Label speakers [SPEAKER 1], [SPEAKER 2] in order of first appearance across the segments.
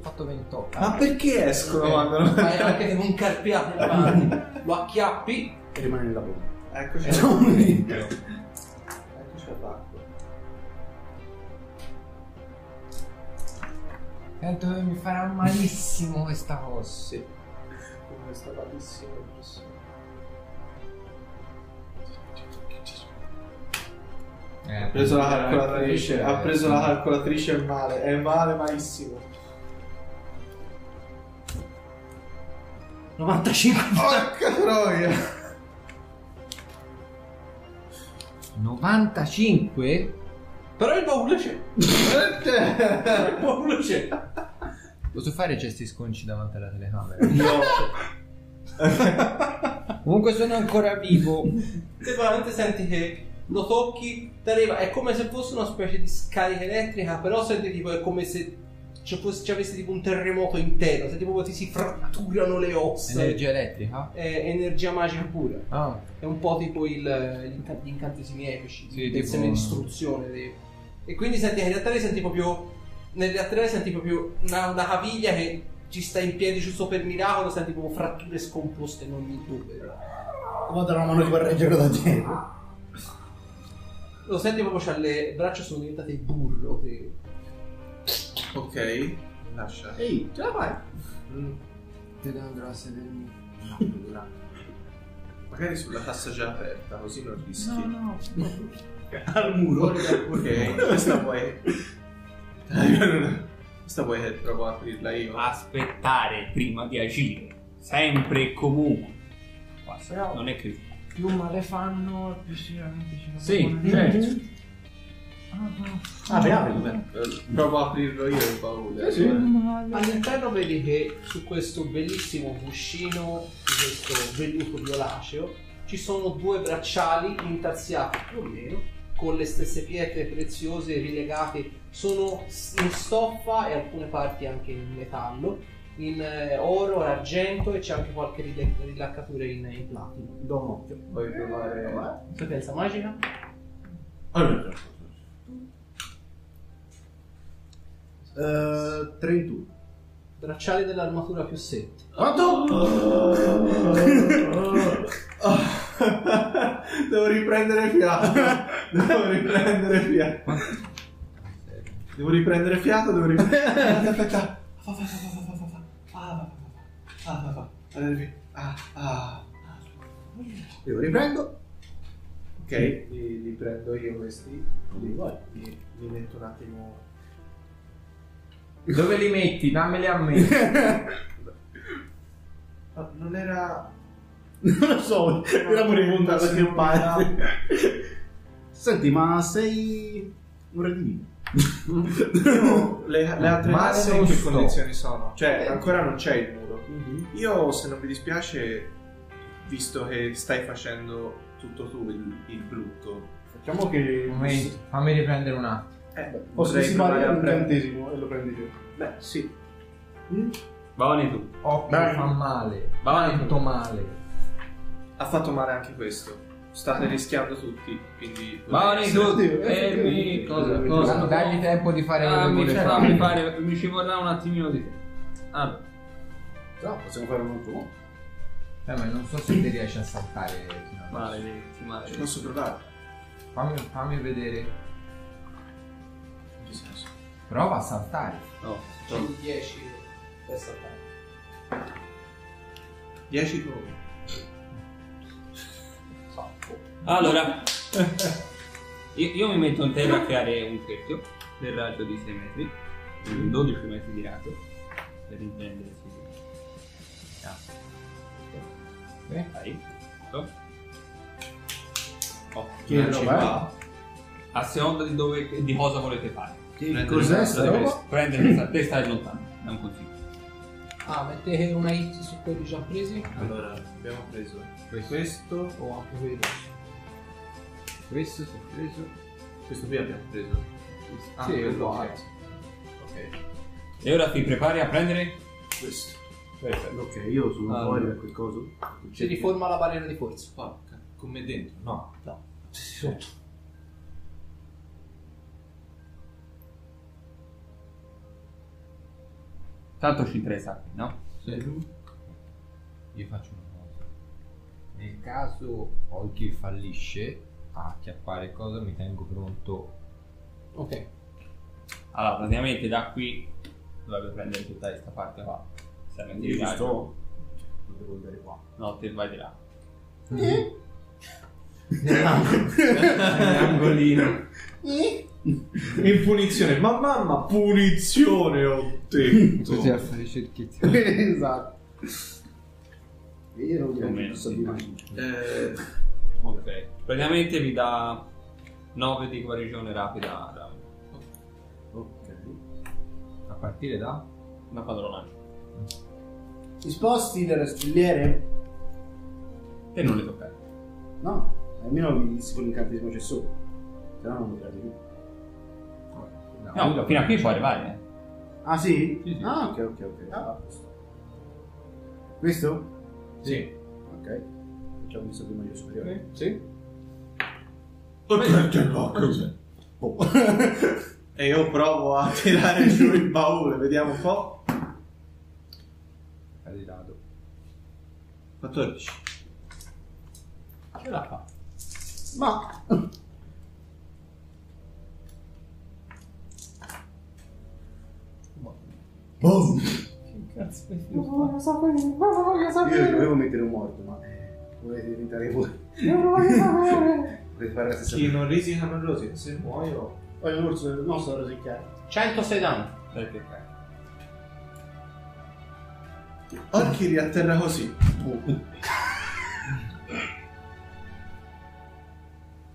[SPEAKER 1] fatto 28.
[SPEAKER 2] Ma perché escono
[SPEAKER 1] Eh,
[SPEAKER 2] quando non...
[SPEAKER 1] fai anche in un carpiato davanti, lo acchiappi e rimane nella bomba.
[SPEAKER 3] Eccoci.
[SPEAKER 2] Era un libro.
[SPEAKER 3] Eccoci all'acqua.
[SPEAKER 1] Tanto mi farà malissimo questa cosa.
[SPEAKER 3] Sì. Con questa patissima impressione.
[SPEAKER 1] Eh,
[SPEAKER 3] Ha preso la calcolatrice, ha preso la calcolatrice è male, è male malissimo.
[SPEAKER 1] 95.
[SPEAKER 3] Porca troia!
[SPEAKER 1] 95? Però il baule c'è. Il baule c'è. Posso fare gesti sconci davanti alla telecamera? Comunque sono ancora vivo.
[SPEAKER 4] Te veramente senti che lo tocchi, ti arriva, è come se fosse una specie di scarica elettrica, però senti tipo è come se ci, fosse, ci avesse tipo un terremoto intero, se tipo ti si fratturano le ossa.
[SPEAKER 1] Energia elettrica?
[SPEAKER 4] È energia magica pura.
[SPEAKER 1] Ah,
[SPEAKER 4] È un po' tipo il, gli, inca- gli incantesimi epici,
[SPEAKER 1] Sì,
[SPEAKER 4] il
[SPEAKER 1] tipo-
[SPEAKER 4] seme di istruzione. dei- E quindi senti che in realtà lei senti proprio. Nel reattore senti proprio una, una caviglia che ci sta in piedi giusto per miracolo, senti proprio fratture scomposte in ogni dove.
[SPEAKER 5] Vado una mano di correggere da dietro.
[SPEAKER 4] Lo senti proprio, c'ha le braccia sono diventate burro. Te.
[SPEAKER 3] ok, lascia.
[SPEAKER 5] Ehi,
[SPEAKER 4] Ce la fai?
[SPEAKER 1] te ne andrò a sedermi.
[SPEAKER 3] Magari sulla tassa già aperta, così non rischi.
[SPEAKER 1] no.
[SPEAKER 5] al muro.
[SPEAKER 3] Ok, questa puoi. questa puoi che provo a aprirla io.
[SPEAKER 6] Aspettare prima di agire. Sempre e comunque. Basta,
[SPEAKER 1] Bravo.
[SPEAKER 6] Non è critico.
[SPEAKER 1] Più male fanno, più sicuramente ci
[SPEAKER 6] Sì,
[SPEAKER 1] fanno.
[SPEAKER 6] certo.
[SPEAKER 5] Ah, ce l'apri tu?
[SPEAKER 3] Eh, Provo a aprirlo io il baule.
[SPEAKER 5] Sì, sì.
[SPEAKER 3] allora.
[SPEAKER 4] All'interno vedi che su questo bellissimo cuscino, su questo velluto violaceo, ci sono due bracciali intarsiati più o meno con le stesse pietre preziose rilegate, sono s- in stoffa e alcune parti anche in metallo, in eh, oro, argento e c'è anche qualche rile- rilaccatura in, in platino.
[SPEAKER 5] Do un occhio.
[SPEAKER 3] Puoi provare.
[SPEAKER 4] Potenza magica?
[SPEAKER 3] Allora,
[SPEAKER 5] Eh, 31.
[SPEAKER 4] Bracciale dell'armatura più 7.
[SPEAKER 3] Devo riprendere fiato. Devo riprendere fiato. Devo riprendere fiato, devo riprendere. Aspetta, aspetta. Fa, fa, fa, fa, fa, fa, fa. Ah, fa, fa, fa. Ah, fa, fa. Allora, ripri- ah, ah.
[SPEAKER 5] Io riprendo.
[SPEAKER 3] Ok, li, li prendo io questi. Li, li, li metto un attimo.
[SPEAKER 1] Dove li metti? Dammeli a me.
[SPEAKER 3] Ah, non era.
[SPEAKER 5] Non lo so, era moribonda da che parte. Senti, ma sei un re divino.
[SPEAKER 3] Le, le altre
[SPEAKER 1] Ma
[SPEAKER 3] tasse
[SPEAKER 1] se
[SPEAKER 3] in che
[SPEAKER 1] sto.
[SPEAKER 3] condizioni sono? Cioè, ancora non c'è il muro. Io, se non vi dispiace, visto che stai facendo tutto tu il, il brutto,
[SPEAKER 5] Facciamo che...
[SPEAKER 1] Un momento, fammi riprendere un attimo.
[SPEAKER 3] eh,
[SPEAKER 5] Posso
[SPEAKER 3] potrei
[SPEAKER 5] stimare
[SPEAKER 3] provare a
[SPEAKER 5] un
[SPEAKER 3] prendere.
[SPEAKER 5] trentesimo e lo prendi io.
[SPEAKER 3] Beh, sì.
[SPEAKER 6] Bavane tu.
[SPEAKER 1] Occhio
[SPEAKER 5] Dai.
[SPEAKER 1] fa male.
[SPEAKER 6] Bavane
[SPEAKER 1] Tanto
[SPEAKER 6] tu.
[SPEAKER 1] male.
[SPEAKER 3] Ha fatto male anche questo. State rischiando tutti, quindi.
[SPEAKER 6] Bavane tu.
[SPEAKER 4] Eh,
[SPEAKER 6] Fermi. Eh, Cosa? Cosa?
[SPEAKER 1] Dagli tempo di fare
[SPEAKER 6] Ah,
[SPEAKER 1] quello
[SPEAKER 6] mi,
[SPEAKER 1] che vuole
[SPEAKER 6] fa-
[SPEAKER 1] fare.
[SPEAKER 6] mi pare- mi ci vorrà un attimino di tempo. Ah,
[SPEAKER 5] No, possiamo fare un altro uomo.
[SPEAKER 1] Eh, ma non so se ti riesci a saltare. fino adesso.
[SPEAKER 6] maledetti,
[SPEAKER 3] Ci
[SPEAKER 6] maledetti.
[SPEAKER 3] posso provare?
[SPEAKER 1] Fammi, fammi vedere.
[SPEAKER 3] In che senso?
[SPEAKER 1] Prova a saltare.
[SPEAKER 6] No,
[SPEAKER 4] C'è un 10 per saltare.
[SPEAKER 3] 10 come?
[SPEAKER 6] Allora, io, io mi metto in terra a creare un cerchio del raggio di 6 metri, quindi 12 metri di raggio, per intendersi. Ah.
[SPEAKER 1] Ok.
[SPEAKER 6] Vai. Ecco. Oh,
[SPEAKER 5] Che
[SPEAKER 3] ci
[SPEAKER 5] roba
[SPEAKER 3] va?
[SPEAKER 6] a seconda di, dove, di cosa volete fare.
[SPEAKER 5] Che cos'è sta roba?
[SPEAKER 6] Prendere questa testa è lontano, è un consiglio.
[SPEAKER 4] Ah, mettete una hit su quelli già presi?
[SPEAKER 3] Allora, abbiamo preso questo.
[SPEAKER 4] O anche quelli?
[SPEAKER 1] Questo si è preso.
[SPEAKER 3] Questo qui abbiamo preso. Ah,
[SPEAKER 1] Sì,
[SPEAKER 3] quello
[SPEAKER 1] uguale.
[SPEAKER 3] c'è. Ok.
[SPEAKER 6] E ora ti prepari a prendere?
[SPEAKER 3] Questo.
[SPEAKER 5] Ok, io sono
[SPEAKER 6] Allora.
[SPEAKER 5] fuori da quel coso.
[SPEAKER 4] Si riforma la barriera di forza.
[SPEAKER 3] Porca. Come dentro? No.
[SPEAKER 4] Sotto.
[SPEAKER 6] Tanto ci interessa, no?
[SPEAKER 1] Io faccio una cosa. Nel caso Olkir fallisce a acchiappare cosa, mi tengo pronto.
[SPEAKER 4] Ok.
[SPEAKER 6] Allora, praticamente da qui dovrebbe prendere tutta questa parte qua. Siamo in
[SPEAKER 5] Io
[SPEAKER 6] disagio.
[SPEAKER 5] sto. Non devo andare qua.
[SPEAKER 6] No, te vai di là.
[SPEAKER 4] Mm-hmm. Eh?
[SPEAKER 1] Nell'angolino.
[SPEAKER 3] In punizione, ma mamma, punizione ho detto.
[SPEAKER 1] Tutti a fare cerchietti.
[SPEAKER 5] esatto. Io non
[SPEAKER 6] Più o meno,
[SPEAKER 5] direi so
[SPEAKER 6] sì.
[SPEAKER 5] di mai.
[SPEAKER 3] Eh,
[SPEAKER 6] Ok. Praticamente vi dà 9 di guarigione rapida da
[SPEAKER 5] Ok.
[SPEAKER 1] A partire da?
[SPEAKER 6] una padronaggio.
[SPEAKER 5] Ti sposti dalle spilliere?
[SPEAKER 6] E non le tocca.
[SPEAKER 5] No, almeno mi dici con l'incantesimo c'è sopra. Se no non mi perdi più.
[SPEAKER 6] No, fino a qui può arrivare. eh.
[SPEAKER 5] Ah sì?
[SPEAKER 6] Sì, sì.
[SPEAKER 5] Ah ok ok ok. Ah, va a posto. Questo?
[SPEAKER 1] Sì.
[SPEAKER 5] Ok. Facciamo visto prima io superiore.
[SPEAKER 4] Sì.
[SPEAKER 5] Oh.
[SPEAKER 3] e io provo a tirare giù il baule, vediamo un po'.
[SPEAKER 1] È di lato.
[SPEAKER 3] 14.
[SPEAKER 4] Ce la fa.
[SPEAKER 5] Ma
[SPEAKER 3] Boom.
[SPEAKER 5] io dovevo mettere un morto, ma eh, volete diventare voi. Volete fare la stessa
[SPEAKER 3] Chi
[SPEAKER 5] cosa?
[SPEAKER 3] non risica non rosica, se muoio.
[SPEAKER 5] Poi l'orso non sto rosicchiare.
[SPEAKER 4] 106 danni.
[SPEAKER 6] Dai, che fai?
[SPEAKER 3] Orchi riatterra così.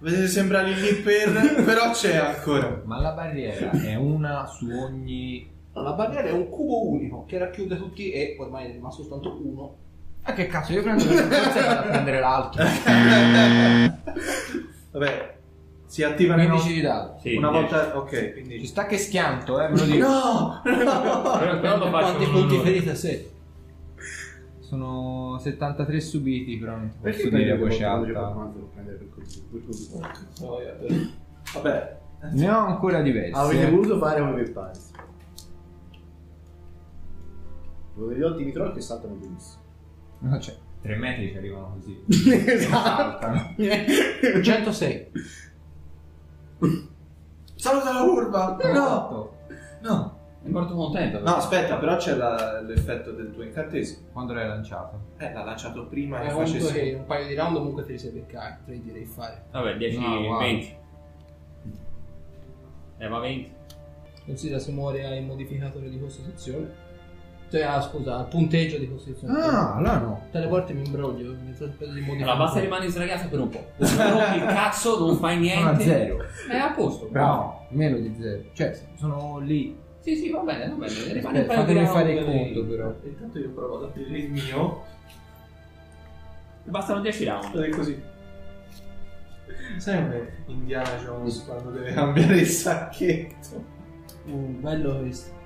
[SPEAKER 3] Vedete sembra lì lì per. però c'è ancora.
[SPEAKER 1] Ma la barriera è una su ogni.
[SPEAKER 4] No, la barriera è un cubo unico che racchiude tutti e ormai ne è rimasto soltanto uno.
[SPEAKER 1] Ah che cazzo, io prendo questa forza e vado a prendere l'altro.
[SPEAKER 3] Vabbè, si attivano
[SPEAKER 1] 15 di dado.
[SPEAKER 6] Sì,
[SPEAKER 3] una
[SPEAKER 6] dieci.
[SPEAKER 3] volta. Ok, quindi.
[SPEAKER 1] Ci sta che schianto, eh, ve lo dico.
[SPEAKER 3] No! No!
[SPEAKER 6] Però, però lo faccio
[SPEAKER 4] Quanti
[SPEAKER 6] con
[SPEAKER 4] punti
[SPEAKER 6] onore.
[SPEAKER 4] ferite sei?
[SPEAKER 1] Sono 73 subiti, però non ti
[SPEAKER 5] Perché
[SPEAKER 1] posso dire
[SPEAKER 5] prendere
[SPEAKER 1] a voce
[SPEAKER 5] qualcuno che fa
[SPEAKER 1] alta.
[SPEAKER 5] quanto? Prendere per così. Per così.
[SPEAKER 3] Vabbè,
[SPEAKER 1] Ne ho ancora diversi. eh.
[SPEAKER 5] Avete voluto fare come vi pare. Dove gli ottimi troll che saltano benissimo.
[SPEAKER 1] No, cioè, 3 metri ci arrivano così.
[SPEAKER 5] esatto.
[SPEAKER 1] Saltano.
[SPEAKER 4] 106.
[SPEAKER 3] saluta la curva! No! No!
[SPEAKER 6] È molto contento.
[SPEAKER 3] No, aspetta, però c'è la- l'effetto del tuo incantesimo.
[SPEAKER 1] Quando l'hai lanciato?
[SPEAKER 3] Eh, l'ha lanciato prima e
[SPEAKER 4] Fai conto che
[SPEAKER 3] facessi.
[SPEAKER 4] un paio di round comunque te li sei beccati. Tre direi fare.
[SPEAKER 6] Vabbè, 10,
[SPEAKER 1] No, guarda.
[SPEAKER 6] 20. Eh, ma 20.
[SPEAKER 4] Considera se muore hai il modificatore di costituzione. Cioè, ah, scusa, al punteggio di costituzione.
[SPEAKER 1] Ah, là no.
[SPEAKER 4] Tutte le volte mi imbroglio, mi sorprendo di modificare.
[SPEAKER 6] Ah! Allora, basta rimanere sdraiato per un po'. Non il cazzo, non fai
[SPEAKER 1] Sono a
[SPEAKER 6] niente.
[SPEAKER 1] Ah, zero.
[SPEAKER 6] È a posto.
[SPEAKER 1] No, meno di zero. Cioè, sono lì.
[SPEAKER 6] Sì, sì, va bene, va bene. Rimane
[SPEAKER 1] Aspetta,
[SPEAKER 6] un paio
[SPEAKER 1] fatemi
[SPEAKER 6] di round
[SPEAKER 1] fare il
[SPEAKER 6] lì.
[SPEAKER 1] conto però.
[SPEAKER 3] Intanto io provo ad aprire il mio.
[SPEAKER 6] Bastano 10 round.
[SPEAKER 3] È così. Sai come Indiana Jones quando deve cambiare il sacchetto?
[SPEAKER 4] Mm, bello questo.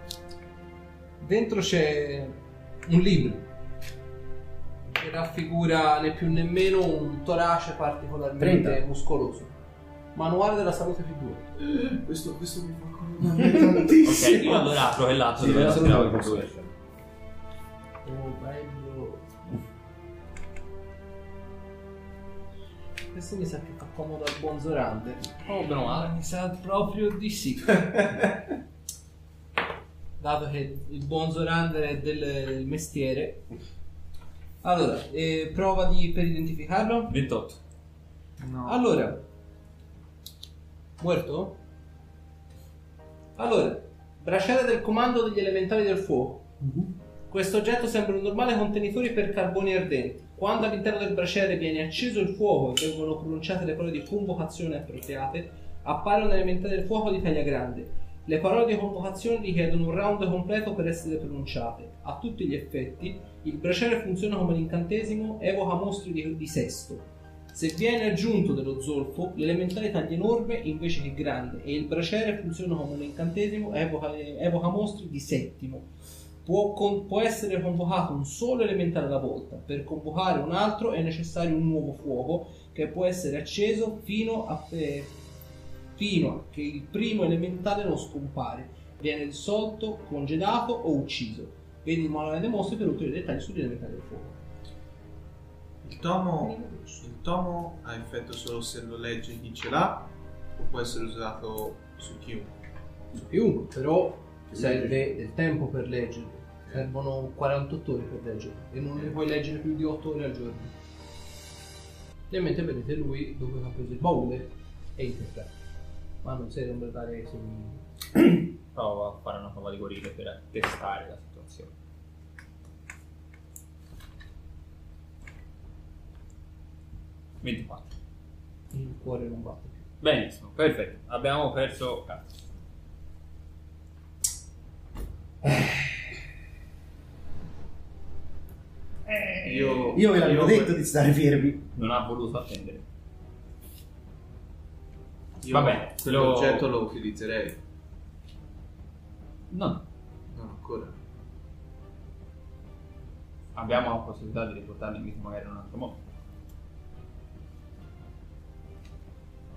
[SPEAKER 4] Dentro c'è un libro che raffigura né più né meno un torace particolarmente
[SPEAKER 5] 30.
[SPEAKER 4] muscoloso. Manuale della salute figura.
[SPEAKER 3] Questo, questo mi fa comodo tantissimo.
[SPEAKER 6] Ok, io allora apro quel lato
[SPEAKER 5] Sì,
[SPEAKER 6] dove la
[SPEAKER 5] adesso
[SPEAKER 6] scrivo
[SPEAKER 5] non
[SPEAKER 6] per
[SPEAKER 5] posso
[SPEAKER 6] due.
[SPEAKER 5] lasciare.
[SPEAKER 4] Oh, bello. Questo mi sa che fa comodo al buon Zorande.
[SPEAKER 6] Oh, meno male.
[SPEAKER 4] Mi sa proprio di sì. Dato che il buon Zorander è del, del mestiere. Allora, eh, prova di, per identificarlo.
[SPEAKER 6] 28.
[SPEAKER 1] No.
[SPEAKER 4] Allora, muerto? Allora, bracciale del comando degli elementari del fuoco. Questo oggetto sembra un normale contenitore per carboni ardenti. Quando all'interno del braciere viene acceso il fuoco e vengono pronunciate le parole di convocazione appropriate, appare un elementare del fuoco di taglia grande. Le parole di convocazione richiedono un round completo per essere pronunciate. A tutti gli effetti, il braciere funziona come l'incantesimo evoca mostri di, di sesto. Se viene aggiunto dello zolfo, l'elementare taglia enorme invece che grande e il braciere funziona come un incantesimo evoca, evoca mostri di settimo. Può, con- può essere convocato un solo elementare alla volta. Per convocare un altro è necessario un nuovo fuoco che può essere acceso fino a, eh, fino a che il primo elementare non scompare, viene dissolto, congelato o ucciso. Vedi il manuale dei mostri per ulteriori dettagli sull'identità del fuoco.
[SPEAKER 3] Il tomo, il tomo ha effetto solo se lo legge chi ce l'ha o può essere usato su chiunque.
[SPEAKER 4] Su chiunque, però serve del tempo per leggerlo. Servono 48 ore per leggerlo e non ne puoi leggere più di 8 ore al giorno. Nel mentre vedete lui dove ha preso il baule e interpreta. Ma non sei da andare se
[SPEAKER 6] Provo a fare una prova di gorilla per testare la situazione. «24».
[SPEAKER 4] il cuore non batte più.
[SPEAKER 6] Benissimo, perfetto. Abbiamo perso cazzo.
[SPEAKER 1] Eh.
[SPEAKER 6] Eh,
[SPEAKER 3] Io,
[SPEAKER 5] Io ve l'avevo detto di stare fermi.
[SPEAKER 6] Non ha voluto attendere.
[SPEAKER 3] io
[SPEAKER 6] Vabbè, te lo-
[SPEAKER 3] L'oggetto lo utilizzerei.
[SPEAKER 6] No,
[SPEAKER 3] Non ancora.
[SPEAKER 6] abbiamo la possibilità di riportarlo in vita magari in un altro modo.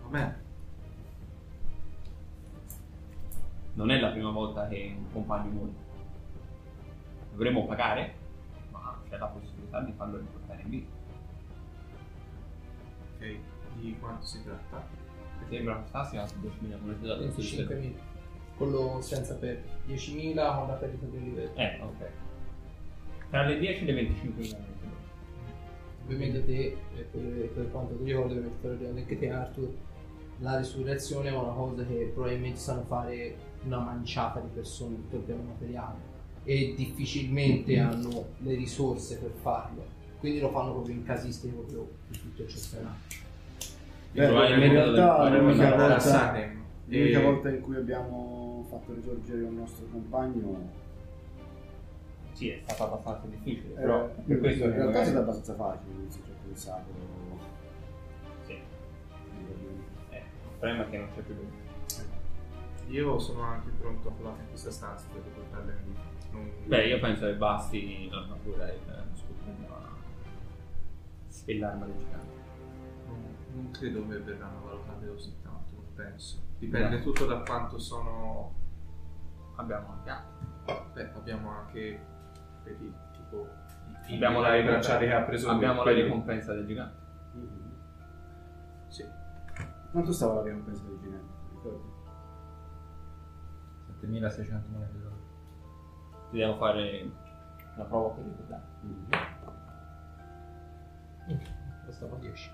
[SPEAKER 3] A me.
[SPEAKER 6] Non è la prima volta che un compagno muore. Dovremmo pagare, ma c'è la possibilità di farlo riportare in vita.
[SPEAKER 3] Ok, di quanto si tratta?
[SPEAKER 6] Mi sembra che stasera 10.000 monete da dentro.
[SPEAKER 4] 25.000 quello senza per 10.000 con la perdita del livello
[SPEAKER 6] Eh, ok. Tra le 10 e le 25.000 monete.
[SPEAKER 4] ovviamente te eh, per, per quanto ti ricordo ovviamente te lo ricordo anche te Arthur la risurrezione è una cosa che probabilmente sanno fare una manciata di persone di tutto il piano materiale e difficilmente hanno le risorse per farlo quindi lo fanno proprio in casistiche proprio di tutto eccezionale
[SPEAKER 5] Beh,
[SPEAKER 6] Probabilmente
[SPEAKER 5] in realtà
[SPEAKER 6] dovrebbe
[SPEAKER 5] l'unica
[SPEAKER 6] andare
[SPEAKER 5] volta,
[SPEAKER 3] a Sanremo.
[SPEAKER 5] l'unica
[SPEAKER 6] Eh,
[SPEAKER 3] E-
[SPEAKER 5] volta in cui abbiamo fatto risorgere un nostro compagno
[SPEAKER 6] Sì, è stato abbastanza difficile,
[SPEAKER 5] eh,
[SPEAKER 6] però per questo
[SPEAKER 5] in
[SPEAKER 6] che
[SPEAKER 5] realtà è
[SPEAKER 6] magari-
[SPEAKER 5] stato abbastanza facile, cioè, se ci ho pensato.
[SPEAKER 6] Sì, eh, il problema è che non c'è più lui.
[SPEAKER 3] Io sono anche pronto a provare in questa stanza per riportarla in vita. Non-
[SPEAKER 6] Beh, io penso che basti l'armatura e il- scusami, ma- e l'arma del gigante.
[SPEAKER 3] Non, non credo che verranno valutate così tanto, non penso. Dipende
[SPEAKER 6] No.
[SPEAKER 3] tutto da quanto sono.
[SPEAKER 6] Abbiamo anche altro.
[SPEAKER 3] Beh, abbiamo anche. Vedi, tipo. i-
[SPEAKER 6] Abbiamo
[SPEAKER 3] i-
[SPEAKER 6] la
[SPEAKER 3] i bracciali che ha preso lui,
[SPEAKER 6] Abbiamo la
[SPEAKER 3] quelli-
[SPEAKER 6] ricompensa del gigante.
[SPEAKER 5] Mhm.
[SPEAKER 3] Sì.
[SPEAKER 5] Quanto stava la prima presa di Ginevra? Ricordi?
[SPEAKER 1] 7600 monete d'oro.
[SPEAKER 6] Dobbiamo fare una prova per ricordare.
[SPEAKER 5] Mhm.
[SPEAKER 4] costava 10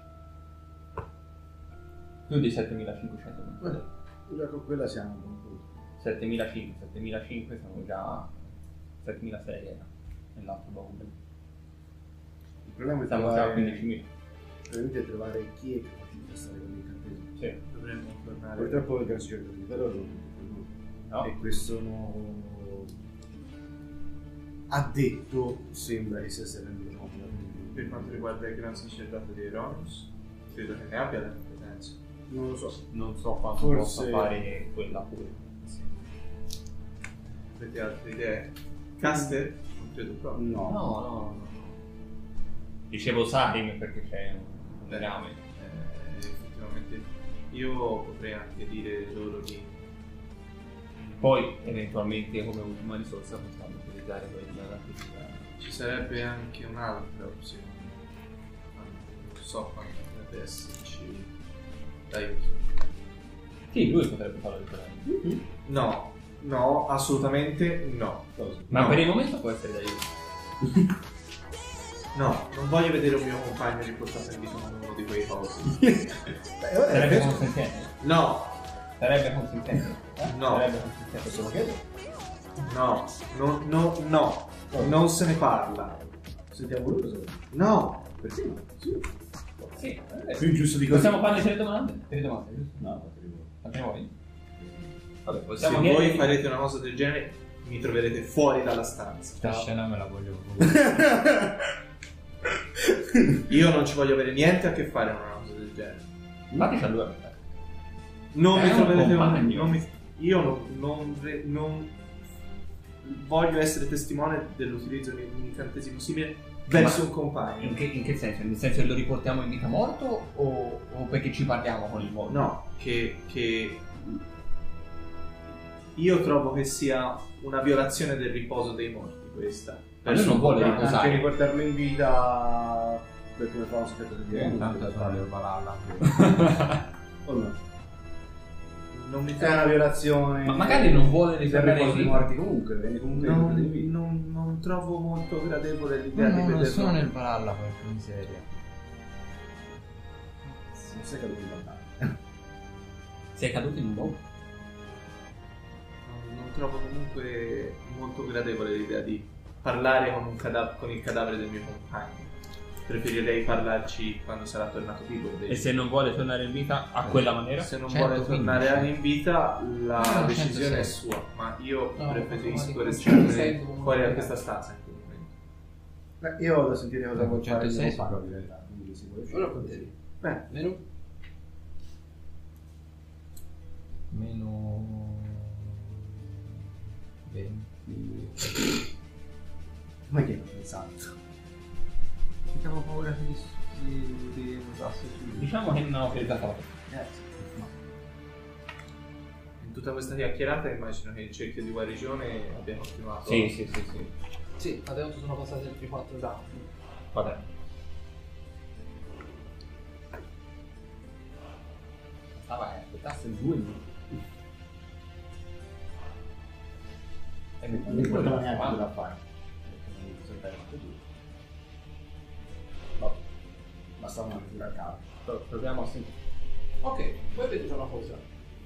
[SPEAKER 6] Più di 7500 monete.
[SPEAKER 5] Beh, già con quella siamo a buon punto.
[SPEAKER 6] 7500, 7500 siamo già 7600 era nell'altro baule.
[SPEAKER 5] Il problema è
[SPEAKER 6] Siamo già a
[SPEAKER 5] trovare,
[SPEAKER 6] 15.000.
[SPEAKER 5] probabilmente è trovare chi è capace di passare con l'incantesimo.
[SPEAKER 6] Sì.
[SPEAKER 3] Dovremmo tornare.
[SPEAKER 5] Purtroppo il cancello di Verona non
[SPEAKER 6] No.
[SPEAKER 5] E questo nuovo addetto sembra che sia sereno conto
[SPEAKER 3] Per quanto riguarda il gran sacerdote di Eronus, credo che ne abbia la competenza.
[SPEAKER 5] Non lo so.
[SPEAKER 6] Non so quanto
[SPEAKER 5] Forse-
[SPEAKER 6] possa fare quella pure.
[SPEAKER 3] Avete altre idee? Caster? Non credo proprio.
[SPEAKER 5] No.
[SPEAKER 6] No, no, no. Dicevo Sarim perché c'è un legame.
[SPEAKER 3] Eh, effettivamente io potrei anche dire loro di
[SPEAKER 6] Poi eventualmente come ultima risorsa possiamo utilizzare quella della
[SPEAKER 3] Ci sarebbe anche un'altra opzione. Ma Non so quanto potrebbe esserci. D'aiuto.
[SPEAKER 6] Sì, lui potrebbe farlo ritornare.
[SPEAKER 3] No, no, assolutamente no.
[SPEAKER 6] Ma
[SPEAKER 3] No. Eh,
[SPEAKER 6] per il momento può essere d'aiuto.
[SPEAKER 3] No, non voglio vedere un mio compagno riportato in vita con uno di quei cosi.
[SPEAKER 5] Beh, ora
[SPEAKER 6] Sarebbe
[SPEAKER 5] Eh, adesso
[SPEAKER 6] consentente.
[SPEAKER 3] No,
[SPEAKER 6] Sarebbe consentente.
[SPEAKER 3] No.
[SPEAKER 6] Sarebbe consentente.
[SPEAKER 5] possiamo chiedere.
[SPEAKER 3] no, no, no, no. Non se ne parla.
[SPEAKER 5] Sentiamo lui cosa vuole.
[SPEAKER 3] No,
[SPEAKER 5] Perché no? Sì.
[SPEAKER 6] Sì, è
[SPEAKER 5] È
[SPEAKER 6] vero.
[SPEAKER 5] più ingiusto di così.
[SPEAKER 6] Possiamo farle tre domande? Tre domande, giusto?
[SPEAKER 5] No, quanto riguarda.
[SPEAKER 6] Quante vuoi? Vabbè,
[SPEAKER 3] se
[SPEAKER 6] possiamo chiedere-
[SPEAKER 3] voi farete una cosa del genere mi troverete fuori dalla stanza.
[SPEAKER 1] Questa scena me la voglio proprio.
[SPEAKER 3] Io non ci voglio avere niente a che fare con una cosa del genere.
[SPEAKER 6] Infatti c'è lui a metà.
[SPEAKER 3] Non
[SPEAKER 6] È
[SPEAKER 3] mi
[SPEAKER 6] un
[SPEAKER 3] troverete
[SPEAKER 6] compagno.
[SPEAKER 3] non mi- Io non, non re- non voglio essere testimone dell'utilizzo di un incantesimo simile verso un
[SPEAKER 6] In
[SPEAKER 3] compagno.
[SPEAKER 6] che, in che senso? Nel senso che lo riportiamo in vita morto o, o perché ci parliamo con il morto?
[SPEAKER 3] No, che, che Io trovo che sia una violazione del riposo dei morti questa.
[SPEAKER 1] Ma lui non vuole
[SPEAKER 3] Perché-
[SPEAKER 1] riposare.
[SPEAKER 5] Anche riportarlo in vita per come fa un aspetto di
[SPEAKER 1] Eh, Intanto è tale
[SPEAKER 5] dire.
[SPEAKER 1] Valhalla.
[SPEAKER 5] O no?
[SPEAKER 3] Non mi
[SPEAKER 5] È una violazione.
[SPEAKER 1] Ma magari non vuole
[SPEAKER 5] del
[SPEAKER 1] ritornare
[SPEAKER 5] riposo dei
[SPEAKER 1] qui.
[SPEAKER 5] morti comunque, viene comunque in vita.
[SPEAKER 3] Non, non- non trovo molto gradevole l'idea di vederlo.
[SPEAKER 1] Valhalla, porca miseria.
[SPEAKER 5] Non sei caduto in battaglia.
[SPEAKER 6] Sei caduto in un bowl?
[SPEAKER 3] Non, non trovo comunque molto gradevole l'idea di parlare con, un cada- con il cadavere del mio compagno. Preferirei parlarci quando sarà tornato vivo. invece.
[SPEAKER 6] E se non vuole tornare in vita a quella maniera?
[SPEAKER 3] Se non
[SPEAKER 1] 115.
[SPEAKER 3] vuole tornare in vita, la
[SPEAKER 1] Ah,
[SPEAKER 3] decisione
[SPEAKER 1] 106.
[SPEAKER 3] è sua, ma io
[SPEAKER 4] No,
[SPEAKER 3] preferisco
[SPEAKER 4] automaticamente
[SPEAKER 3] restare
[SPEAKER 4] sento un-
[SPEAKER 3] fuori da questa stanza in quel momento.
[SPEAKER 5] Beh, io vado a sentire cosa vuol fare il mio
[SPEAKER 1] 106
[SPEAKER 5] compagno in realtà, quindi se vuole
[SPEAKER 4] Ora
[SPEAKER 5] uscire.
[SPEAKER 4] poteri.
[SPEAKER 3] Beh,
[SPEAKER 4] Meno
[SPEAKER 1] Meno... 20...
[SPEAKER 5] Ma che è pensato?
[SPEAKER 3] avevo paura che di, di, di mutasse su.
[SPEAKER 6] Diciamo che no, per la cosa.
[SPEAKER 3] In tutta questa chiacchierata immagino che il cerchio di guarigione abbia continuato.
[SPEAKER 6] Sì, sì, sì, sì.
[SPEAKER 4] Sì, adesso sono passati altri 4 round.
[SPEAKER 6] Vabbè.
[SPEAKER 1] Ah vai,
[SPEAKER 6] eh,
[SPEAKER 1] aspettasse due minuti.
[SPEAKER 5] E mi non mi importava neanche quello da fare. Perché non mi sentivo neanche giù. Vabbè. Bastava una lettura a caso.
[SPEAKER 6] Pro- Proviamo a sentire.
[SPEAKER 4] Ok, voi vedete una cosa.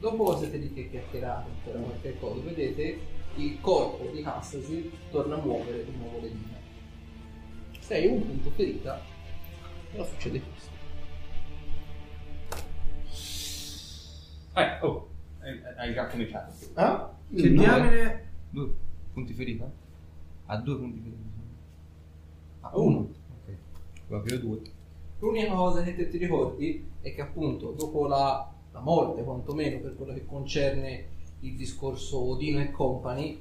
[SPEAKER 4] Dopo siete lì che chiacchierate per qualche cosa, vedete il corpo di Hastasi torna a muovere di nuovo le dita. Sei un punto ferita, però succede questo.
[SPEAKER 6] Eh, oh, eh, hai già cominciato.
[SPEAKER 5] Ah?
[SPEAKER 3] Che diamine.
[SPEAKER 1] Due punti ferita? Ha due punti ferita. A
[SPEAKER 4] uno.
[SPEAKER 1] Ok. Proprio due.
[SPEAKER 4] L'unica cosa che te ti ricordi è che appunto dopo la, la morte, quantomeno per quello che concerne il discorso Odino e compagni,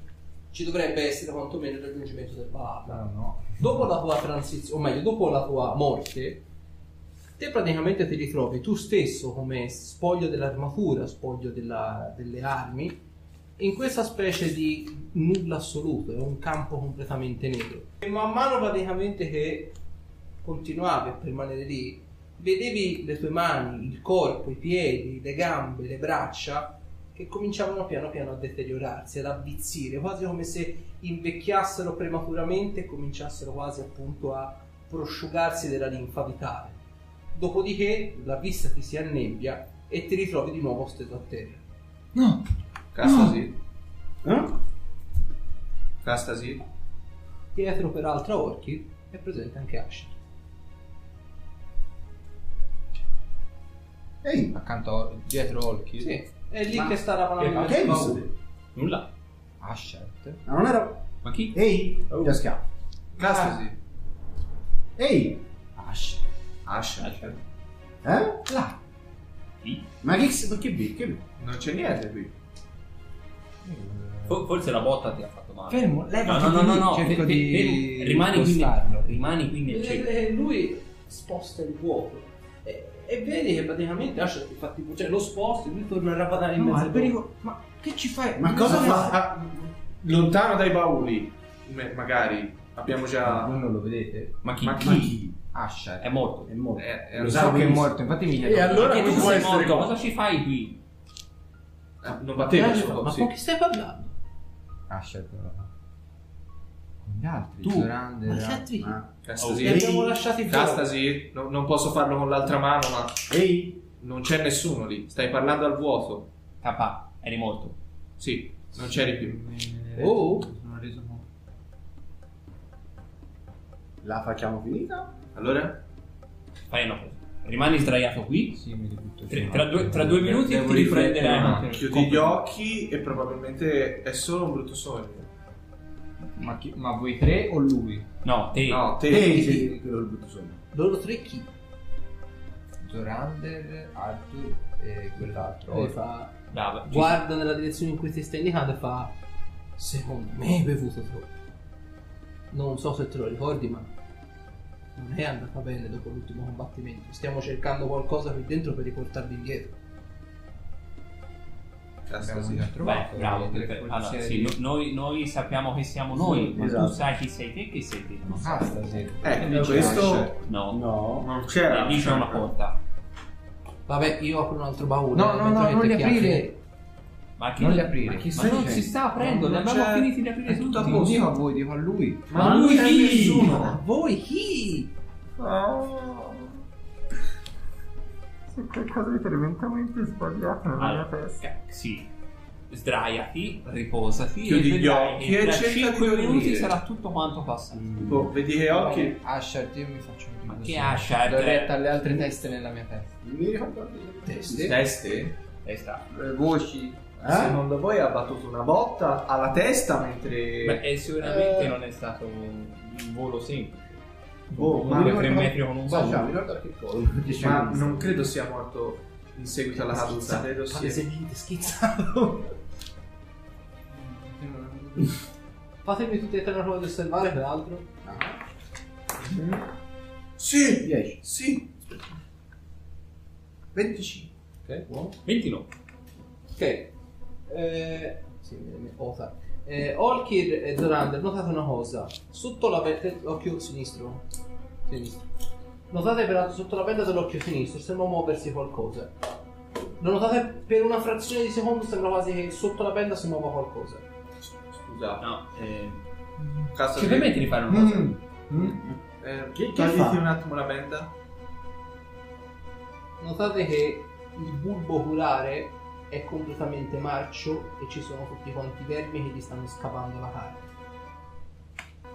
[SPEAKER 4] ci dovrebbe essere quantomeno il raggiungimento del Valhalla.
[SPEAKER 1] No, no.
[SPEAKER 4] dopo la tua transizione, o meglio, dopo la tua morte, te praticamente ti ritrovi tu stesso come spoglio dell'armatura, spoglio della- delle armi, in questa specie di nulla assoluto, è un campo completamente nero. E man mano praticamente che continuavi a permanere lì, vedevi le tue mani, il corpo, i piedi, le gambe, le braccia che cominciavano piano piano a deteriorarsi, ad avvizzire, quasi come se invecchiassero prematuramente e cominciassero quasi appunto a prosciugarsi della linfa vitale. Dopodiché la vista ti si annebbia e ti ritrovi di nuovo steso a terra.
[SPEAKER 1] No!
[SPEAKER 3] Castasi?
[SPEAKER 5] Eh?
[SPEAKER 3] Castasi?
[SPEAKER 4] Dietro peraltro a Orchid è presente anche Asher.
[SPEAKER 5] Ehi!
[SPEAKER 1] Accanto a- dietro Olki.
[SPEAKER 4] Sì, è lì
[SPEAKER 5] Ma-
[SPEAKER 4] che sta la
[SPEAKER 6] che-
[SPEAKER 4] mano
[SPEAKER 5] Ma che hai visto?
[SPEAKER 6] Nulla.
[SPEAKER 1] Ashert.
[SPEAKER 5] Ma non era...
[SPEAKER 6] Ma chi?
[SPEAKER 5] Ehi!
[SPEAKER 6] Oh.
[SPEAKER 5] Già schiaffo.
[SPEAKER 3] Castasi?
[SPEAKER 5] Ehi!
[SPEAKER 1] Ash.
[SPEAKER 3] Asha.
[SPEAKER 5] Eh?
[SPEAKER 1] Là.
[SPEAKER 6] Chi?
[SPEAKER 5] Ma che... ma che B? Che B?
[SPEAKER 3] Non c'è niente qui.
[SPEAKER 6] Fo- Forse la botta ti ha fatto male.
[SPEAKER 1] Fermo,
[SPEAKER 6] No,
[SPEAKER 1] levati
[SPEAKER 6] no, no,
[SPEAKER 1] di
[SPEAKER 6] no,
[SPEAKER 1] lì,
[SPEAKER 6] no.
[SPEAKER 1] cerco
[SPEAKER 6] fe- fe-
[SPEAKER 1] di
[SPEAKER 6] fermo. rimani, qui nel,
[SPEAKER 1] spostarlo.
[SPEAKER 6] rimani qui nel cerchio.
[SPEAKER 4] E lui sposta il vuoto. E, e vedi che praticamente Asher ti fa tipo, cioè lo sposta e lui torna a rabatare in
[SPEAKER 1] No,
[SPEAKER 4] mezzo.
[SPEAKER 1] è
[SPEAKER 4] al
[SPEAKER 1] pericolo. Ma che ci fai?
[SPEAKER 5] Ma cosa fa?
[SPEAKER 3] Ah, lontano dai bauli, me- magari. Abbiamo
[SPEAKER 1] Ah,
[SPEAKER 3] già.
[SPEAKER 1] Voi non lo vedete?
[SPEAKER 6] Ma chi?
[SPEAKER 3] Ma Eh,
[SPEAKER 5] Ma chi?
[SPEAKER 1] Ashert.
[SPEAKER 6] È morto.
[SPEAKER 5] È morto.
[SPEAKER 3] È, è
[SPEAKER 1] Lo
[SPEAKER 3] andato
[SPEAKER 1] so che è
[SPEAKER 3] in-
[SPEAKER 1] morto, infatti mi
[SPEAKER 5] E
[SPEAKER 1] chiedo.
[SPEAKER 5] allora
[SPEAKER 6] Perché
[SPEAKER 5] come
[SPEAKER 6] tu
[SPEAKER 5] può
[SPEAKER 6] sei
[SPEAKER 5] essere
[SPEAKER 6] morto,
[SPEAKER 5] morto?
[SPEAKER 6] cosa ci fai qui?
[SPEAKER 3] Ah, Non
[SPEAKER 4] Ma,
[SPEAKER 3] batteva il suo
[SPEAKER 4] ma
[SPEAKER 3] sì.
[SPEAKER 4] con chi stai parlando?
[SPEAKER 1] Ashert non lo fa. Con gli altri.
[SPEAKER 6] Tu.
[SPEAKER 1] Zorander,
[SPEAKER 4] Ma
[SPEAKER 1] Ra-
[SPEAKER 4] senti,
[SPEAKER 5] Ma...
[SPEAKER 4] li
[SPEAKER 3] Castasi?
[SPEAKER 5] Oh,
[SPEAKER 4] abbiamo lasciati fuori.
[SPEAKER 3] Castasi? No- non posso farlo con l'altra mano, ma
[SPEAKER 5] Ehi!
[SPEAKER 3] non c'è nessuno lì. Stai parlando al vuoto.
[SPEAKER 6] Capà, eri morto.
[SPEAKER 3] Sì, non c'eri più.
[SPEAKER 4] Oh.
[SPEAKER 1] Sono reso morto.
[SPEAKER 5] La facciamo finita?
[SPEAKER 3] Allora?
[SPEAKER 6] Fai una cosa. Rimani sdraiato qui.
[SPEAKER 1] Sì, mi ributto.
[SPEAKER 6] Tra,
[SPEAKER 1] giù.
[SPEAKER 6] tra due, tra due minuti
[SPEAKER 3] Devo
[SPEAKER 6] ti
[SPEAKER 3] riflettere
[SPEAKER 6] riprenderai.
[SPEAKER 3] un
[SPEAKER 6] un
[SPEAKER 3] attimo.
[SPEAKER 6] attimo.
[SPEAKER 3] Chiudi gli occhi e probabilmente è solo un brutto sogno.
[SPEAKER 1] Ma, chi- ma voi tre o lui?
[SPEAKER 6] No, te.
[SPEAKER 3] No, te.
[SPEAKER 5] Ehi! Sì, quello è il brutto sogno.
[SPEAKER 4] Loro tre chi?
[SPEAKER 1] Zorander, Arthur e quell'altro.
[SPEAKER 4] Lui fa-
[SPEAKER 6] Bravo. Ci-
[SPEAKER 4] guarda nella direzione in cui ti stai indicando e fa secondo me hai bevuto troppo non so se te lo ricordi ma non è andata bene dopo l'ultimo combattimento stiamo cercando qualcosa qui dentro per riportarvi indietro
[SPEAKER 3] Casca
[SPEAKER 1] Abbiamo
[SPEAKER 3] sì.
[SPEAKER 1] già
[SPEAKER 6] Beh,
[SPEAKER 1] trovato.
[SPEAKER 6] bravo,
[SPEAKER 1] le- le
[SPEAKER 6] perfetto. Allora,
[SPEAKER 1] forziere
[SPEAKER 6] sì,
[SPEAKER 1] di-
[SPEAKER 6] no- noi, noi sappiamo che siamo noi, ma
[SPEAKER 5] esatto.
[SPEAKER 6] tu sai chi sei te e chi sei te. Non sai.
[SPEAKER 1] Ah, stasera.
[SPEAKER 3] Eh,
[SPEAKER 6] Dice
[SPEAKER 3] questo
[SPEAKER 6] Asher. No,
[SPEAKER 5] No.
[SPEAKER 3] non
[SPEAKER 6] Eh,
[SPEAKER 3] c'era. diciamo.
[SPEAKER 6] lì c'è una porta.
[SPEAKER 4] Vabbè, io apro un altro baule.
[SPEAKER 1] No, no, no, non li aprire.
[SPEAKER 6] Ma che
[SPEAKER 1] Non li aprire.
[SPEAKER 6] Ma non si sta aprendo, ne
[SPEAKER 1] Non
[SPEAKER 6] abbiamo
[SPEAKER 1] c'è-
[SPEAKER 6] finiti di aprire
[SPEAKER 1] È tutto a
[SPEAKER 6] tutti.
[SPEAKER 1] voi. Non dico a voi, dico a lui.
[SPEAKER 6] Ma lui
[SPEAKER 3] c'è
[SPEAKER 6] chi?
[SPEAKER 1] A
[SPEAKER 3] Nessuno.
[SPEAKER 1] voi chi?
[SPEAKER 2] Se qualcosa di tremendamente sbagliato nella mia
[SPEAKER 6] Allora,
[SPEAKER 2] testa.
[SPEAKER 6] ca- sì. Sdraiati, riposati
[SPEAKER 3] Chiudi
[SPEAKER 6] e
[SPEAKER 3] gli
[SPEAKER 6] vedrai
[SPEAKER 3] occhi
[SPEAKER 6] che
[SPEAKER 3] e
[SPEAKER 6] tra
[SPEAKER 3] cerca di
[SPEAKER 6] 5 minuti
[SPEAKER 3] dormire.
[SPEAKER 6] sarà tutto quanto passato.
[SPEAKER 3] Boh, vedi che occhi.
[SPEAKER 1] Ashart, Ah, io mi faccio un
[SPEAKER 6] Ma
[SPEAKER 1] video
[SPEAKER 6] che eh,
[SPEAKER 1] su-
[SPEAKER 6] Ashart?
[SPEAKER 1] Do retta alle altre teste nella mia testa.
[SPEAKER 5] Mi ricordo
[SPEAKER 1] Teste?
[SPEAKER 3] Teste?
[SPEAKER 6] E sta.
[SPEAKER 3] Eh, Voci.
[SPEAKER 5] Eh?
[SPEAKER 3] Secondo voi ha battuto una botta alla testa mentre.
[SPEAKER 6] Beh, eh, sicuramente non è stato un un volo semplice.
[SPEAKER 3] Boh,
[SPEAKER 6] Un
[SPEAKER 3] ma-
[SPEAKER 6] volo 3 metri con un
[SPEAKER 5] Sasha, mi
[SPEAKER 6] baule.
[SPEAKER 5] ricordo che cosa.
[SPEAKER 3] ma non credo sia morto in seguito alla caduta. Credo sia.
[SPEAKER 4] schizzato. Fatemi tutti e tre una prova di osservare, peraltro.
[SPEAKER 3] Sì!
[SPEAKER 5] 10.
[SPEAKER 3] Sì! 25.
[SPEAKER 4] Ok, buono.
[SPEAKER 6] 29.
[SPEAKER 4] Ok. Eh, sì, mi- mi- Ota. Eh, Olkir e Zorander, notate una cosa. Sotto la pelle dell'occhio sinistro. Sinistro. Notate peraltro sotto la pelle dell'occhio sinistro sembra muoversi qualcosa. Lo notate per una frazione di secondo sembra quasi che sotto la pelle si muova qualcosa.
[SPEAKER 3] Scusa.
[SPEAKER 6] No, eh,
[SPEAKER 3] Cazzo
[SPEAKER 6] ci
[SPEAKER 3] di-
[SPEAKER 6] permetti di fare una cosa?
[SPEAKER 1] Mm. Mm.
[SPEAKER 3] Eh,
[SPEAKER 5] Che- che
[SPEAKER 3] togliti
[SPEAKER 5] fa?
[SPEAKER 3] un attimo la benda.
[SPEAKER 4] Notate che il bulbo oculare è completamente marcio e ci sono tutti quanti i vermi che gli stanno scavando la carne.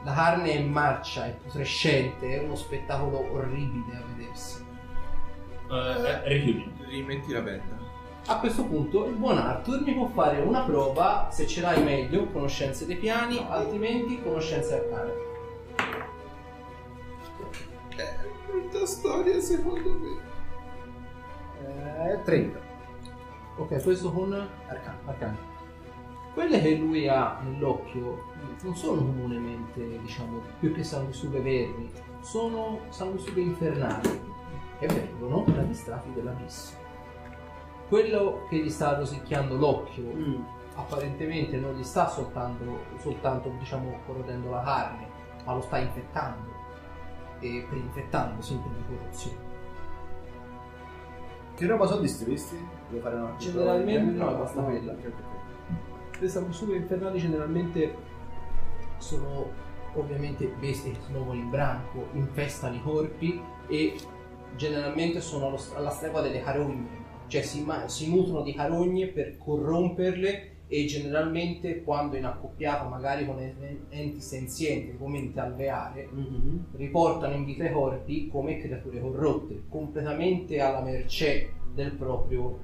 [SPEAKER 4] La carne è marcia, è putrescente, è uno spettacolo orribile a vedersi.
[SPEAKER 6] Eh, eh, richiudi.
[SPEAKER 3] Rimetti la benda.
[SPEAKER 4] A questo punto il buon Arthur mi può fare una prova, se ce l'hai meglio, conoscenze dei piani, altrimenti conoscenze arcane.
[SPEAKER 3] Brutta Eh, storia secondo me.
[SPEAKER 5] Eh, 30.
[SPEAKER 4] Ok, questo con Arcana. Quelle che lui ha nell'occhio non sono comunemente, diciamo, più che sanguisughe verdi, sono sanguisughe infernali e vengono dagli strati dell'abisso. Quello che gli sta rosicchiando l'occhio apparentemente non gli sta soltanto, soltanto diciamo, corrodendo la carne, ma lo sta infettando. E per infettando si intende corruzione.
[SPEAKER 5] Che roba sono questi visti? Devo fare una
[SPEAKER 4] Generalmente no, basta quella.
[SPEAKER 5] Ok, ok.
[SPEAKER 4] Le sanguisughe infernali generalmente sono ovviamente bestie che si muovono in branco, infestano i corpi e generalmente sono allo- alla stregua delle carogne, cioè si, ma- si nutrono di carogne per corromperle e generalmente quando in accoppiata magari con en- enti senzienti come enti alveare riportano in vita i corpi come creature corrotte, completamente alla mercé del proprio,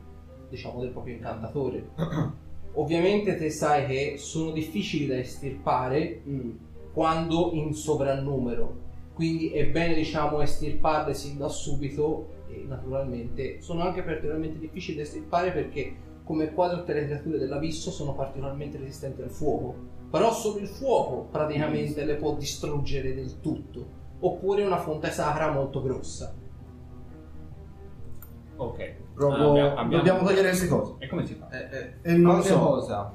[SPEAKER 4] diciamo, del proprio incantatore. Ovviamente te sai che sono difficili da estirpare
[SPEAKER 5] Mm.
[SPEAKER 4] quando in sovrannumero, quindi è bene diciamo estirparle sin da subito e naturalmente sono anche particolarmente difficili da estirpare perché come quasi tutte le creature dell'abisso sono particolarmente resistenti al fuoco, però solo il fuoco praticamente le può distruggere del tutto, oppure una fonte sacra molto grossa.
[SPEAKER 6] Ok.
[SPEAKER 5] Provo-
[SPEAKER 6] Allora, abbiamo-
[SPEAKER 5] Dobbiamo togliere queste cose.
[SPEAKER 6] E come si fa?
[SPEAKER 3] Eh, eh,
[SPEAKER 5] E non lo
[SPEAKER 3] cosa-
[SPEAKER 5] so.
[SPEAKER 3] cosa?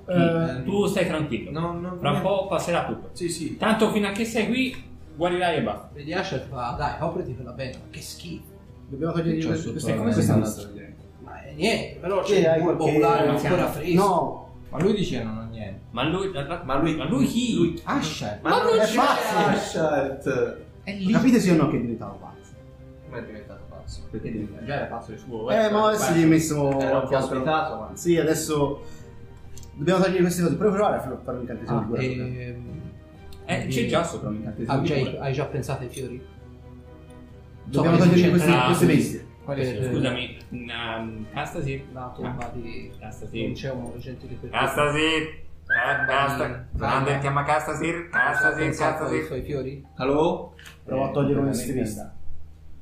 [SPEAKER 5] Eh,
[SPEAKER 6] Tu stai tranquillo.
[SPEAKER 3] No, no,
[SPEAKER 6] Fra un
[SPEAKER 3] no.
[SPEAKER 6] po' passerà tutto.
[SPEAKER 3] Sì, sì.
[SPEAKER 6] Tanto fino a che sei qui, guarirai e basta.
[SPEAKER 4] Vedi Asher fa, dai, copriti quella bene, che schifo.
[SPEAKER 5] Dobbiamo togliere
[SPEAKER 1] Che c'ho
[SPEAKER 5] queste
[SPEAKER 1] sotto
[SPEAKER 5] queste
[SPEAKER 1] la
[SPEAKER 5] come si
[SPEAKER 1] testa?
[SPEAKER 5] stanno?
[SPEAKER 4] Ma è niente, però
[SPEAKER 5] Sì,
[SPEAKER 4] c'è
[SPEAKER 5] hai
[SPEAKER 4] il bulbo
[SPEAKER 5] qualche-
[SPEAKER 4] oculare
[SPEAKER 6] ma
[SPEAKER 4] ancora
[SPEAKER 6] siamo-
[SPEAKER 4] fresco.
[SPEAKER 5] No.
[SPEAKER 1] Ma lui dice non ho niente.
[SPEAKER 6] Ma lui,
[SPEAKER 3] Ma lui,
[SPEAKER 6] chi?
[SPEAKER 3] lui-
[SPEAKER 1] Ah, Ashart?
[SPEAKER 3] Ma non
[SPEAKER 5] è
[SPEAKER 3] c'è
[SPEAKER 5] pazzo.
[SPEAKER 3] Ashart!
[SPEAKER 1] È lì.
[SPEAKER 5] Capite sì o no che è diventato pazzo?
[SPEAKER 3] Come è diventato pazzo?
[SPEAKER 6] Perché devi già era pazzo il suo.
[SPEAKER 5] Eh, ma adesso gli ho messo
[SPEAKER 3] Era un po'
[SPEAKER 5] qualche altro-
[SPEAKER 3] ospitato, ma-
[SPEAKER 5] Sì, adesso dobbiamo togliere queste cose. Provo a provare a farlo- fare un incantesimo
[SPEAKER 4] Ah,
[SPEAKER 5] di cura.
[SPEAKER 4] ehm,
[SPEAKER 6] Eh, c'è già sopra un
[SPEAKER 4] ah,
[SPEAKER 6] incantesimo.
[SPEAKER 4] già-
[SPEAKER 6] di cura.
[SPEAKER 4] hai già pensato ai fiori?
[SPEAKER 5] Dobbiamo
[SPEAKER 4] so,
[SPEAKER 5] togliere
[SPEAKER 4] c'è-
[SPEAKER 5] queste,
[SPEAKER 6] ah,
[SPEAKER 5] queste
[SPEAKER 6] sì.
[SPEAKER 5] bestie.
[SPEAKER 4] Quale
[SPEAKER 6] Sì,
[SPEAKER 3] Eh.
[SPEAKER 6] Scusami, um, Astasi.
[SPEAKER 4] La tomba
[SPEAKER 6] Ah,
[SPEAKER 4] di... Non
[SPEAKER 6] Astasi.
[SPEAKER 4] c'è un recente di
[SPEAKER 6] Astasi.
[SPEAKER 4] Ah, basta. Vander,
[SPEAKER 6] chiama Castasir.
[SPEAKER 4] ai suoi fiori?
[SPEAKER 3] Allora?
[SPEAKER 5] Provo a togliere una vista.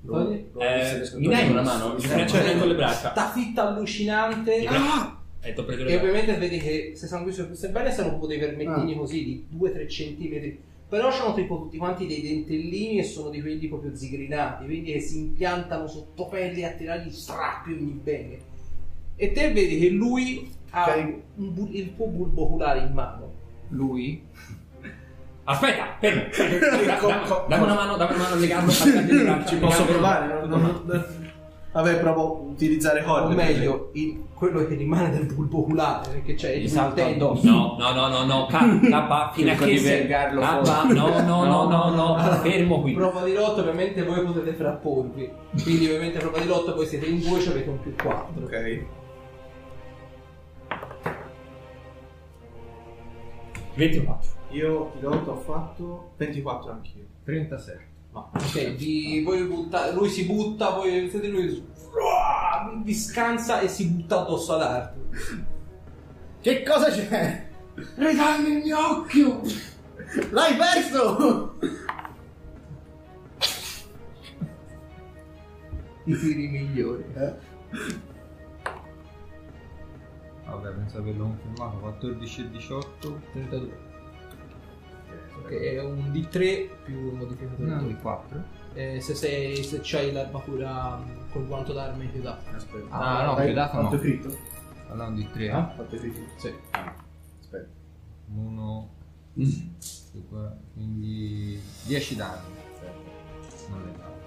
[SPEAKER 4] Togli.
[SPEAKER 6] Eh, mi dai una mano? Ci faccio Cioè, con le braccia.
[SPEAKER 4] Sta fitta allucinante.
[SPEAKER 6] Ti bra- Eh, t'ho preso le
[SPEAKER 4] E
[SPEAKER 6] braccia.
[SPEAKER 4] ovviamente vedi che se sanguisce queste belle sono proprio dei vermettini così di 2-3 cm. Però sono tipo tutti quanti dei dentellini e sono di quelli proprio zigrinati, quindi che si impiantano sotto pelle a tirargli strappi ogni bene. E te vedi che lui ha
[SPEAKER 5] Ok.
[SPEAKER 4] un bul- il tuo bulbo oculare in mano.
[SPEAKER 1] Lui?
[SPEAKER 6] Aspetta, fermo. Da-
[SPEAKER 3] Co-
[SPEAKER 6] da-
[SPEAKER 3] co-
[SPEAKER 6] Dammi una mano, dammi una mano, legarlo, attaccagli le braccia.
[SPEAKER 3] Ci posso
[SPEAKER 6] legarlo.
[SPEAKER 3] provare? non- non- non- Vabbè, provo a utilizzare
[SPEAKER 4] o
[SPEAKER 3] corde.
[SPEAKER 4] meglio, il- quello che rimane del bulbo oculare, perché c'è
[SPEAKER 1] Gli
[SPEAKER 4] il
[SPEAKER 1] salto
[SPEAKER 4] tendine.
[SPEAKER 1] addosso.
[SPEAKER 6] No, no, no, no, no, K, K, fino a
[SPEAKER 1] Cerco
[SPEAKER 6] che
[SPEAKER 1] di
[SPEAKER 6] sei-
[SPEAKER 1] vergarlo
[SPEAKER 6] K,
[SPEAKER 1] fuori.
[SPEAKER 6] no, no, no, no, no, fermo qui.
[SPEAKER 4] Prova di lotta, ovviamente voi potete frapporvi. Quindi, ovviamente, prova di lotta, voi siete in due, ci avete un più 4.
[SPEAKER 3] Ok. Io pilota ho fatto 24 anch'io.
[SPEAKER 1] 37.
[SPEAKER 4] Ok, vi- voi butta- lui si butta, voi vedete lui s- vi- vi scansa e si butta addosso ad Arthur.
[SPEAKER 5] Che cosa c'è?
[SPEAKER 4] Regalmi il mio occhio!
[SPEAKER 5] L'hai perso!
[SPEAKER 4] I tiri migliori.
[SPEAKER 1] Vabbè, penso di averlo confermato. 14 e 18.
[SPEAKER 4] 32. Ok, è un D3 più il modificatore
[SPEAKER 1] No,
[SPEAKER 4] di
[SPEAKER 1] di 4.
[SPEAKER 4] Eh, se, sei, se c'hai l'armatura mm, col guanto d'arma in chiusa.
[SPEAKER 5] Aspetta.
[SPEAKER 1] Ah, no,
[SPEAKER 5] Dai,
[SPEAKER 1] più dato
[SPEAKER 5] Fatto
[SPEAKER 1] no.
[SPEAKER 5] critto?
[SPEAKER 1] Allora un di 3.
[SPEAKER 5] Ah, fatto critto.
[SPEAKER 1] Sì.
[SPEAKER 5] Ah, Aspetta.
[SPEAKER 1] 1. Mm. Quindi 10 danni. Non è male.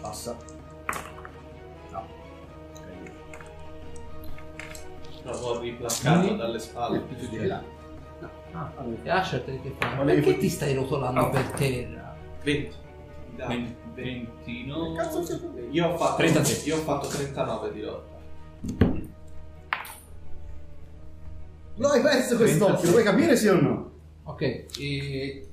[SPEAKER 5] Passa. No. Ok.
[SPEAKER 3] Provo a riplaccarlo dalle spalle.
[SPEAKER 5] Più di là.
[SPEAKER 1] Ah.
[SPEAKER 4] E Asher te che fai?
[SPEAKER 5] Volevi-
[SPEAKER 4] Perché ti stai rotolando per terra?
[SPEAKER 3] 20. Dai.
[SPEAKER 6] Ven- Ventino.
[SPEAKER 3] Che cazzo sei tu? Io ho fatto
[SPEAKER 6] 33.
[SPEAKER 3] Io ho fatto 39 di lotta.
[SPEAKER 5] Lo hai perso quest'occhio, lo vuoi capire sì o no?
[SPEAKER 4] Ok, e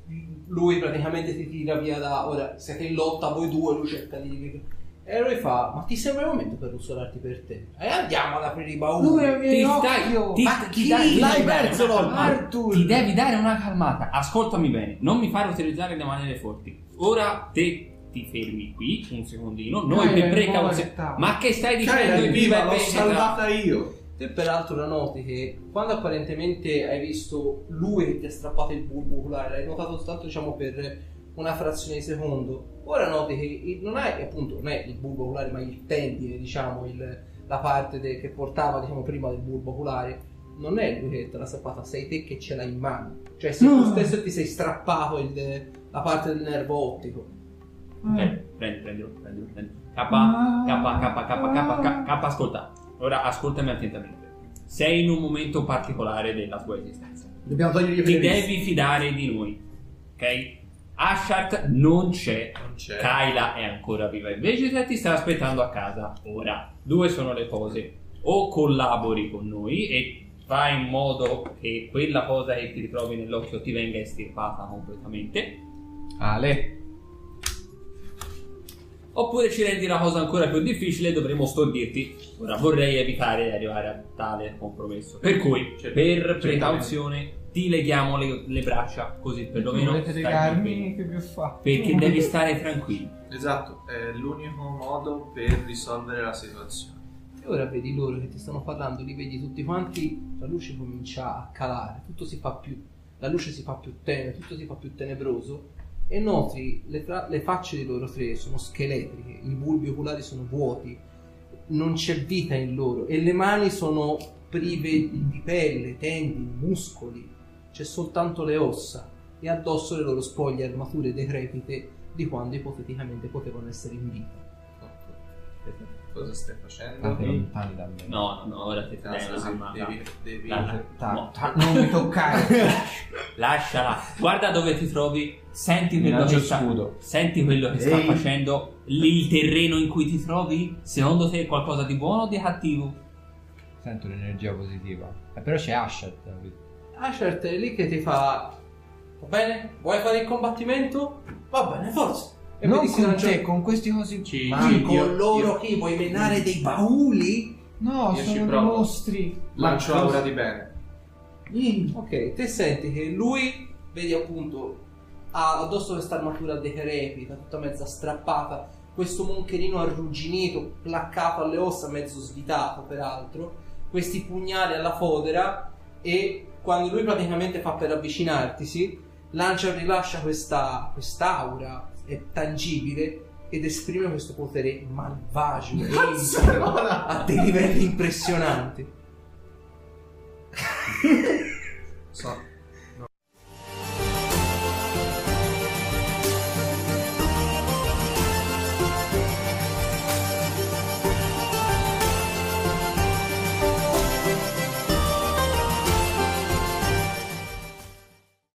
[SPEAKER 4] lui praticamente ti tira via da... Ora, siete in lotta voi due, lui cerca di... E lui fa, ma ti sembra il momento per russolarti per terra? E andiamo ad aprire i bauli.
[SPEAKER 6] Ti stai, ti,
[SPEAKER 4] Ma
[SPEAKER 6] ti
[SPEAKER 4] chi?
[SPEAKER 6] dai- ti
[SPEAKER 5] L'hai
[SPEAKER 6] devi dare
[SPEAKER 5] perso,
[SPEAKER 6] una
[SPEAKER 5] no?
[SPEAKER 6] calmata.
[SPEAKER 5] Arthur!
[SPEAKER 6] Ti devi dare una calmata. Ascoltami bene, non mi fare utilizzare le maniere forti. Ora te ti fermi qui un secondino. Noi
[SPEAKER 2] Dai,
[SPEAKER 6] per
[SPEAKER 2] dai,
[SPEAKER 6] precauzione.
[SPEAKER 2] muovetta.
[SPEAKER 6] Ma che stai
[SPEAKER 3] Cara,
[SPEAKER 6] dicendo?
[SPEAKER 3] viva, l'ho
[SPEAKER 6] evviva.
[SPEAKER 3] salvata io.
[SPEAKER 4] Te peraltro la noti che quando apparentemente hai visto lui che ti ha strappato il bulbo oculare, l'hai notato soltanto diciamo per una frazione di secondo, ora noti che il- non hai appunto non è il bulbo oculare ma il tendine diciamo, il- la parte de- che portava diciamo prima del bulbo oculare, non è lui che te l'ha strappata, sei te che ce l'hai in mano, cioè sei tu stesso che ti sei strappato il- la parte del nervo ottico.
[SPEAKER 6] Eh, Prendi, prendilo, prendilo, prendilo. K, K, K, K, K, K, K, ascolta. Ora ascoltami attentamente. Sei in un momento particolare della tua esistenza.
[SPEAKER 5] Dobbiamo togliergli i
[SPEAKER 6] Ti
[SPEAKER 5] piedi.
[SPEAKER 6] devi fidare di noi, ok? Ashat non c'è,
[SPEAKER 3] Non c'è.
[SPEAKER 6] Kyla è ancora viva e vegeta e ti sta aspettando a casa ora. Due sono le cose: o collabori con noi e fai in modo che quella cosa che ti ritrovi nell'occhio ti venga estirpata completamente,
[SPEAKER 1] Ah, Ale.
[SPEAKER 6] Oppure ci rendi la cosa ancora più difficile e dovremo stordirti. Ora vorrei evitare di arrivare a tale compromesso. Per cui,
[SPEAKER 3] Certo.
[SPEAKER 6] per precauzione, ti leghiamo le, le braccia, così perlomeno
[SPEAKER 1] Volete
[SPEAKER 6] stai
[SPEAKER 1] legarmi?
[SPEAKER 6] tranquillo.
[SPEAKER 1] Che vi ho fatto?
[SPEAKER 6] Perché devi stare tranquillo.
[SPEAKER 3] Esatto, è l'unico modo per risolvere la situazione.
[SPEAKER 4] E ora vedi loro che ti stanno parlando, li vedi tutti quanti, la luce comincia a calare, tutto si fa più, la luce si fa più tenue, tutto si fa più tenebroso e noti le, fra- le facce di loro tre sono scheletriche, i bulbi oculari sono vuoti, non c'è vita in loro e le mani sono prive di pelle, tendini, muscoli, c'è soltanto le ossa e addosso le loro spoglie armature decrepite di quando ipoteticamente potevano essere in vita.
[SPEAKER 3] Cosa stai facendo?
[SPEAKER 1] State lontani da me.
[SPEAKER 6] No, no, ora ti
[SPEAKER 3] Cazzo,
[SPEAKER 6] dai una
[SPEAKER 3] Ah, sì,
[SPEAKER 6] calmata.
[SPEAKER 3] devi, devi-
[SPEAKER 6] Dai.
[SPEAKER 1] Ta-
[SPEAKER 6] No.
[SPEAKER 1] ta- non mi toccare.
[SPEAKER 6] Lasciala. Guarda dove ti trovi, senti
[SPEAKER 1] Mi
[SPEAKER 6] quello
[SPEAKER 1] lancio
[SPEAKER 6] che
[SPEAKER 1] il
[SPEAKER 6] sta,
[SPEAKER 1] scudo.
[SPEAKER 6] senti quello che sta
[SPEAKER 5] Ehi.
[SPEAKER 6] facendo, lì il terreno in cui ti trovi. Secondo te è qualcosa di buono o di cattivo?
[SPEAKER 1] Sento l'energia positiva. Eh, però c'è Ashat. capito?
[SPEAKER 4] Asher Ah, certo, è lì che ti fa va bene? Vuoi fare il combattimento? Va bene, forza. E
[SPEAKER 1] Non
[SPEAKER 4] vedi si
[SPEAKER 1] con
[SPEAKER 4] lancia-
[SPEAKER 1] te, con questi cosi.
[SPEAKER 3] Ci-
[SPEAKER 1] Ma-
[SPEAKER 4] Ma
[SPEAKER 3] Sì,
[SPEAKER 4] con
[SPEAKER 3] io-
[SPEAKER 4] loro
[SPEAKER 3] io-
[SPEAKER 4] chi? Vuoi menare dei bauli?
[SPEAKER 1] No,
[SPEAKER 3] Io ci
[SPEAKER 1] sono dei
[SPEAKER 3] provo.
[SPEAKER 1] mostri.
[SPEAKER 3] Lancio
[SPEAKER 1] Ma-
[SPEAKER 3] aura di bene.
[SPEAKER 4] Ok, te senti che lui, vedi appunto, ha addosso questa armatura decrepita, tutta mezza strappata, questo moncherino arrugginito, placcato alle ossa, mezzo svitato peraltro, questi pugnali alla fodera e quando lui praticamente fa per avvicinartisi, lancia e rilascia questa quest'aura è tangibile ed esprime questo potere malvagio e insano a dei livelli impressionanti.